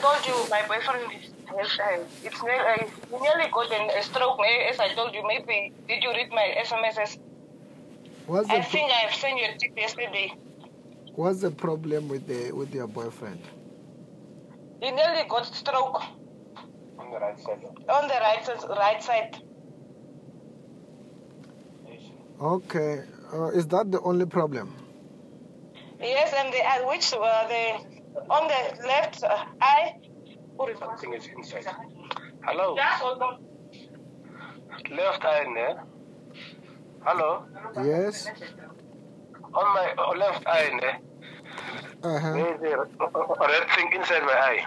told you my boyfriend is half-time. It's nearly, I nearly got an, a stroke. eh, As I told you, maybe did you read my SMSs? What's the I pro- think I've sent you a text yesterday. What's the problem with the with your boyfriend? He nearly got stroke On the right side of on the right side. Right side. the station. Okay, uh, is that the only problem? Yes, and the uh, which uh, the on the left uh, eye. Something is inside. Hello. Yeah, hold on. Left eye in there. Hello. Yes. On my uh, left eye in there. Uh huh. There is a r- red thing inside my eye.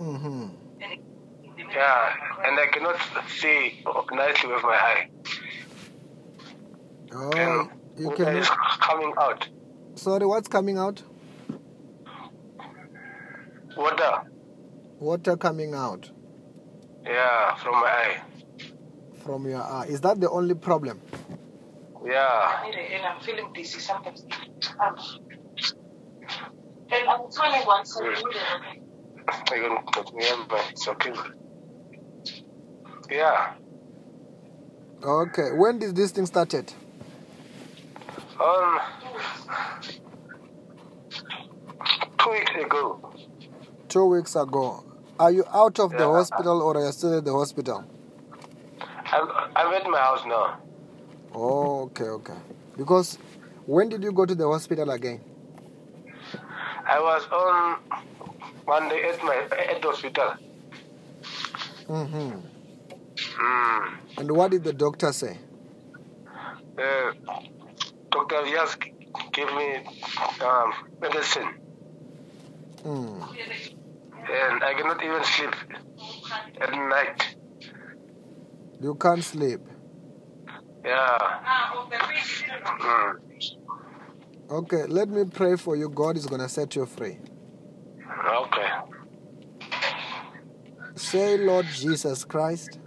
Mm. Mm-hmm. Yeah. And I cannot see nicely with my eye. Oh, you water can. is coming out. Sorry, what's coming out? Water. Water coming out Yeah, from my eye. from your eye. Is that the only problem? Yeah. And I'm feeling dizzy sometimes. Um, and I'm turning one side. I can put me in, but it's okay. Yeah. Okay. When did this thing started? Um, two weeks ago. Two weeks ago. Are you out of the Yeah. hospital or are you still at the hospital? I'm, I'm at my house now. Oh, okay, okay. Because when did you go to the hospital again? I was on Monday at my at the hospital. Mm-hmm. Hmm. And what did the doctor say? Uh, Doctor Vyas g- gave me um, medicine, Mm. and I cannot even sleep at night. You can't sleep. Yeah. Hmm. Okay, let me pray for you. God is going to set you free. Okay. Say, Lord Jesus Christ,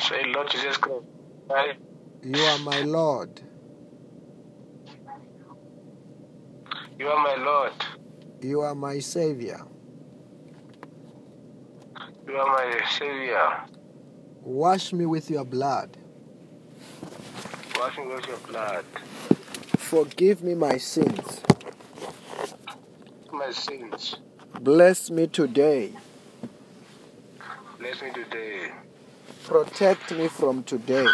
Say, Lord Jesus Christ, I, you are my Lord. you are my Lord. You are my Savior. You are my Savior. Wash me with your blood. Wash me with your blood. Forgive me my sins. My sins. Bless me today. Bless me today. Protect me from today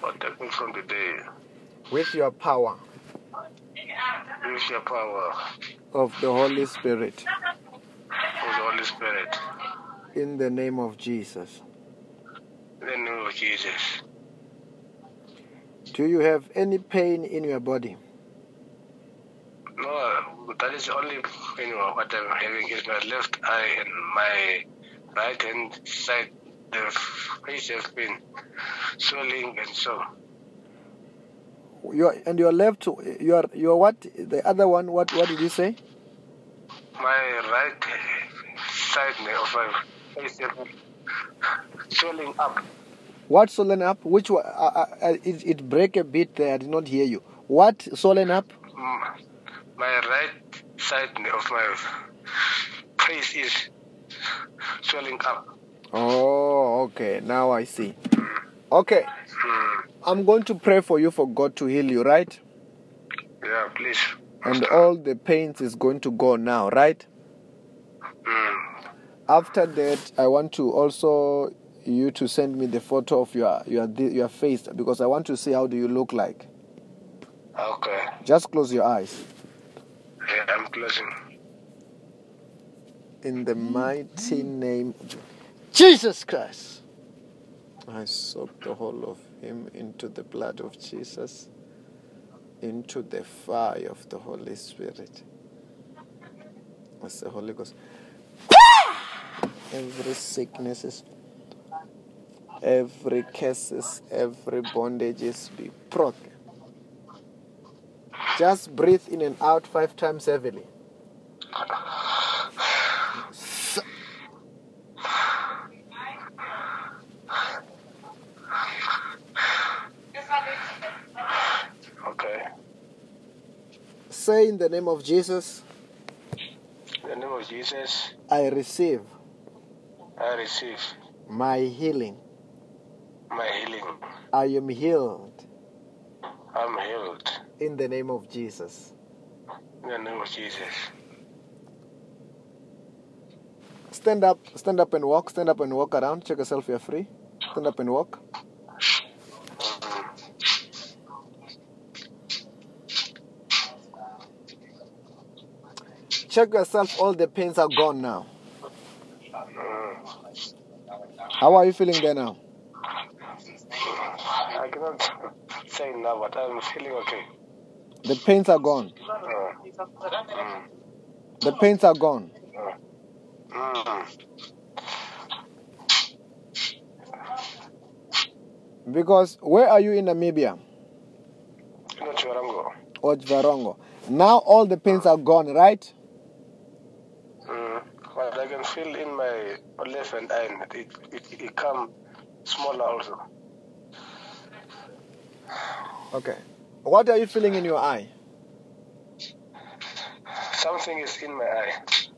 Protect me from today. with your power Use your power of the Holy Spirit. of the Holy Spirit. In the name of Jesus. In the name of Jesus. Do you have any pain in your body? No, that is the only you know, what I'm having is my left eye and my right hand side. The face has been swelling and so. You are, and your left, you are, you are what? The other one, what, what did you say? My right side of my face has been swelling up. What swollen up? Which one? Uh, uh, it, it break a bit there. I did not hear you. What swollen up? Mm, My right side of my face is swelling up. Oh, okay. Now I see. Okay, Mm, I'm going to pray for you for God to heal you, right? yeah, please. And all the pains is going to go now, right? Mm, After that, I want to also you to send me the photo of your your thi- your face because I want to see how do you look like. okay. Just close your eyes. Yeah, I'm closing. In the mighty name of Jesus Christ. I soak the whole of him into the blood of Jesus, into the fire of the Holy Spirit. That's the Holy Ghost. Every sickness is, every curses, every bondage is be broken. Just breathe in and out five times heavily. Okay. Say in the name of Jesus. In the name of Jesus, I receive I receive my healing. my healing. I am healed I'm healed. in the name of Jesus. In the name of Jesus. Stand up, stand up and walk, stand up and walk around. Check yourself, you're free. Stand up and walk. Check yourself, all the pains are gone now. Mm. How are you feeling there now? I cannot say now, but I'm feeling okay. The pains are gone. Uh, The pains are gone. mm, Because where are you in Namibia you know, Chiwarango. or Jvarongo? Now all the pains are gone, right? Mm, but I can feel in my left and eye, it, it, it come smaller also. Okay. What are you feeling in your eye? Something is in my eye.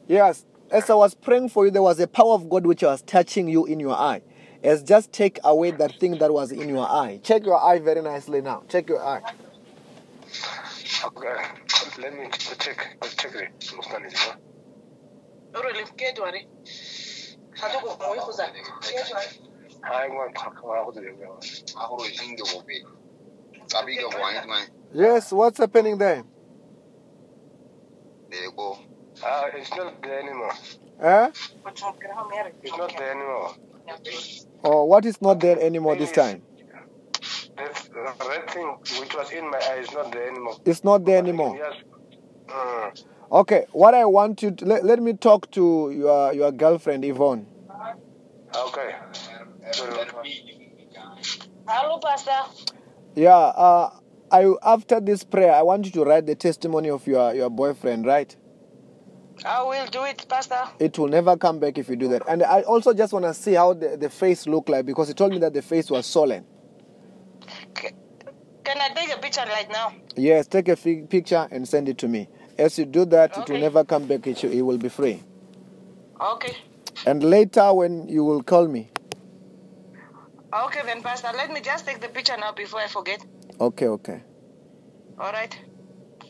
Yes. As I was praying for you, there was a power of God which was touching you in your eye. As just take away that thing that was in your eye. Check your eye very nicely now. Check your eye. Okay, let me check, check it. Mustani, huh? I'm going to talk about it. ahoro hinge gobe kabige go anyi mai Yes, what's happening there? de go Ah, it's not there anymore. Eh? It's not there anymore. Oh, what is not there anymore this time? That the red thing which was in my eye is not there anymore. It's not there anymore. Yes. Mm. Okay, what I want you to let, let me talk to your your girlfriend Yvonne. Okay. Hello, Pastor. Yeah, uh, I after this prayer, I want you to write the testimony of your your boyfriend, right? I will do it, Pastor. It will never come back if you do that. And I also just want to see how the, the face looked like because he told me that the face was swollen. C- Can I take a picture right now? Yes, take a fi- picture and send it to me. As you do that, it will Okay. never come back. It, sh- it will be free. Okay. And later, when you will call me. Okay, then, Pastor, let me just take the picture now before I forget. Okay, okay. All right.